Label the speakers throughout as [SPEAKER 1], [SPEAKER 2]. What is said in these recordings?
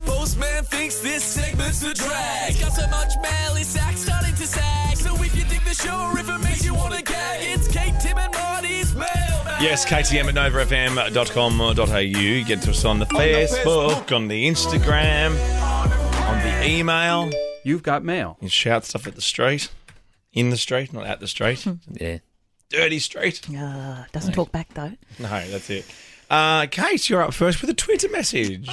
[SPEAKER 1] This man thinks this segment's a drag. It's got so much mail, his sack's starting to sag. So if you dig the show or if it makes you want to gag, it's Kate, Tim, and Marty's mailbag.
[SPEAKER 2] Yes, KTM at novafm.com.au. Get to us on the Facebook, on the Instagram, on the email.
[SPEAKER 3] You've got mail.
[SPEAKER 2] You shout stuff at the street, in the street, not at the street.
[SPEAKER 4] Yeah.
[SPEAKER 2] Dirty street.
[SPEAKER 5] Uh, doesn't talk back though.
[SPEAKER 2] No, that's it. Uh, Kate, you're up first with a Twitter message.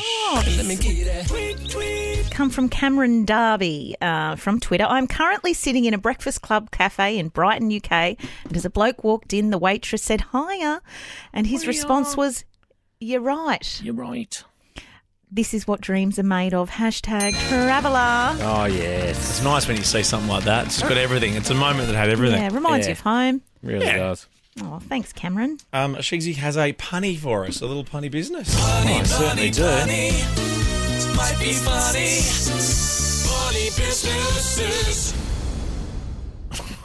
[SPEAKER 5] Come from Cameron Darby uh, from Twitter. I'm currently sitting in a breakfast club cafe in Brighton, UK, and as a bloke walked in, the waitress said, Hiya. And his response was, You're right.
[SPEAKER 4] You're right.
[SPEAKER 5] This is what dreams are made of. Hashtag traveller.
[SPEAKER 4] Oh, yes.
[SPEAKER 2] It's nice when you see something like that. It's got everything. It's a moment that had everything.
[SPEAKER 5] Yeah, reminds you of home.
[SPEAKER 4] Really
[SPEAKER 2] Yeah.
[SPEAKER 4] does.
[SPEAKER 5] Oh, thanks, Cameron.
[SPEAKER 2] Um, Shigsy has a punny for us, a little punny business. oh, I certainly do.
[SPEAKER 1] Might be funny. Funny businesses.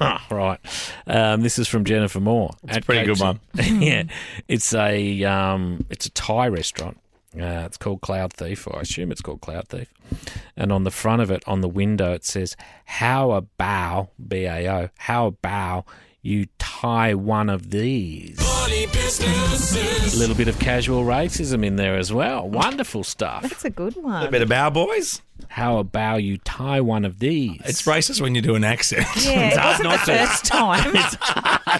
[SPEAKER 4] Right. Um, this is from Jennifer Moore. It's
[SPEAKER 2] a pretty good one.
[SPEAKER 4] yeah. It's a um, it's a Thai restaurant. Uh, it's called Cloud Thief, or I assume it's called Cloud Thief. And on the front of it, on the window, it says, "How about B A O? How about you tie one of these?"
[SPEAKER 1] Funny businesses.
[SPEAKER 4] A little bit of casual racism in there as well. Wonderful stuff.
[SPEAKER 5] That's a good
[SPEAKER 2] A
[SPEAKER 5] one.
[SPEAKER 2] bit of bow boys.
[SPEAKER 4] How about you tie one of these?
[SPEAKER 2] It's racist when you do an accent.
[SPEAKER 5] Yeah, it wasn't the first time.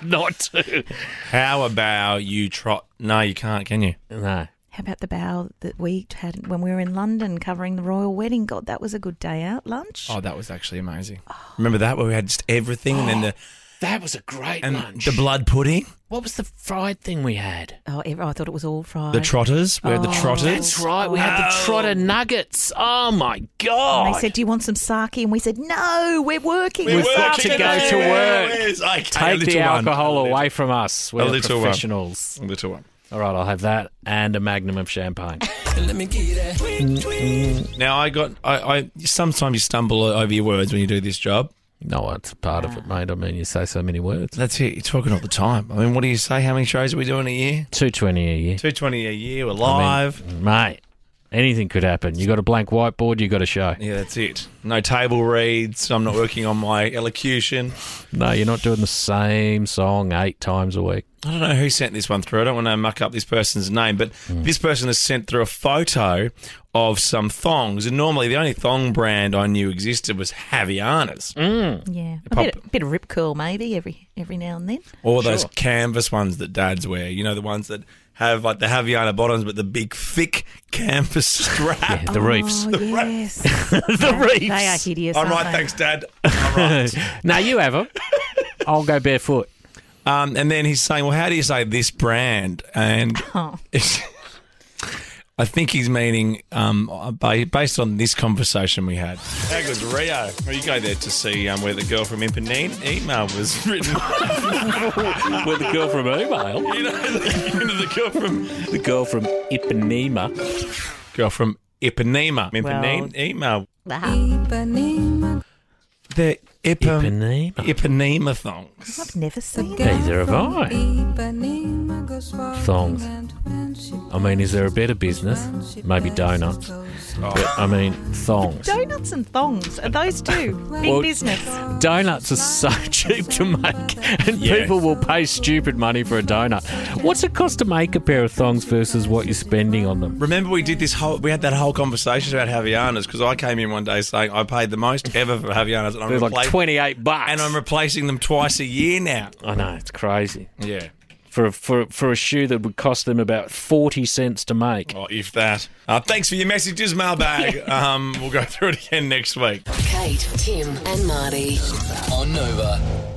[SPEAKER 4] not to.
[SPEAKER 2] How about you trot? No, you can't, can you?
[SPEAKER 4] No.
[SPEAKER 5] How about the bow that we had when we were in London covering the royal wedding? God, that was a good day out lunch.
[SPEAKER 2] Oh, that was actually amazing. Remember that where we had just everything and then the
[SPEAKER 4] That was a great
[SPEAKER 2] and
[SPEAKER 4] Oh, lunch.
[SPEAKER 2] the blood pudding,
[SPEAKER 4] what was the fried thing we had?
[SPEAKER 5] Oh, ev- I thought it was all fried.
[SPEAKER 2] the trotters. We had the
[SPEAKER 5] Oh.
[SPEAKER 2] trotters.
[SPEAKER 4] That's right. We had the trotter nuggets. Oh my god!
[SPEAKER 5] And they said, "Do you want some sake?" And we said, "No, we're working.
[SPEAKER 4] We're
[SPEAKER 5] this
[SPEAKER 4] working
[SPEAKER 5] afternoon."
[SPEAKER 4] to go to work. Take the alcohol
[SPEAKER 2] away.
[SPEAKER 4] away from us. We're
[SPEAKER 2] little one.
[SPEAKER 4] professionals.
[SPEAKER 2] Little one.
[SPEAKER 4] All right, I'll have that and a magnum of champagne.
[SPEAKER 2] Now I got. I, I sometimes you stumble over your words when you do this job.
[SPEAKER 4] no, it's part of it, mate. I mean, you say so many words.
[SPEAKER 2] That's it. You're talking all the time. I mean, what do you say? How many shows are we doing a year?
[SPEAKER 4] Two twenty a year,
[SPEAKER 2] Two twenty a year. We're
[SPEAKER 4] I mean,
[SPEAKER 2] live.
[SPEAKER 4] mate. Anything could happen. You got a blank whiteboard. You got a show.
[SPEAKER 2] yeah, that's it. No table reads. I'm not working on my elocution.
[SPEAKER 4] No, you're not doing the same song eight times a week.
[SPEAKER 2] I don't know who sent this one through. I don't want to muck up this person's name, but this person has sent through a photo of some thongs. And normally, the only thong brand I knew existed was Javianas,
[SPEAKER 5] Yeah, a bit, a bit of rip curl maybe every every now and then.
[SPEAKER 2] or those canvas ones that dads wear. You know, the ones that have like the Javiana bottoms, but the big thick canvas strap.
[SPEAKER 4] The reefs.
[SPEAKER 5] Oh yes,
[SPEAKER 4] the reefs.
[SPEAKER 5] they are hideous.
[SPEAKER 2] All
[SPEAKER 5] aren't
[SPEAKER 2] right,
[SPEAKER 5] they?
[SPEAKER 2] thanks, Dad. All right.
[SPEAKER 4] No, you have them. I'll go barefoot.
[SPEAKER 2] Um, and then he's saying, "Well, how do you say this brand?" And
[SPEAKER 5] Oh.
[SPEAKER 2] it's- I think he's meaning um, ba- based on this conversation we had. That was Rio. Well, you go there to see um, where the girl from Impanine email was written.
[SPEAKER 4] With the girl from email.
[SPEAKER 2] you know, the, you know, the girl from
[SPEAKER 4] The girl from Ipanema.
[SPEAKER 2] girl from Ipanema. Impanine email.
[SPEAKER 5] Wow.
[SPEAKER 2] The Ipan-
[SPEAKER 4] Ipanema.
[SPEAKER 2] Ipanema thongs.
[SPEAKER 5] I've never seen that.
[SPEAKER 4] Neither have I. Thongs. I mean, is there a better business? Maybe donuts. But, I mean, thongs.
[SPEAKER 5] Donuts and thongs are those two big
[SPEAKER 4] Well-
[SPEAKER 5] business.
[SPEAKER 4] Donuts are so cheap to make, and
[SPEAKER 2] Yes.
[SPEAKER 4] people will pay stupid money for a donut. What's it cost to make a pair of thongs versus what you're spending on them?
[SPEAKER 2] Remember, we did this whole. We had that whole conversation about Javianas because I came in one day saying I paid the most ever for Javianas, and I'm
[SPEAKER 4] They're like
[SPEAKER 2] replaced-
[SPEAKER 4] 28 bucks.
[SPEAKER 2] and I'm replacing them twice a year now.
[SPEAKER 4] I know, it's crazy.
[SPEAKER 2] Yeah.
[SPEAKER 4] for a, for for a shoe that would cost them about forty cents to make.
[SPEAKER 2] Well, if that. Uh, thanks for your messages, mailbag. um, we'll go through it again next week.
[SPEAKER 6] Kate, Tim, and Marty.
[SPEAKER 1] On Nova.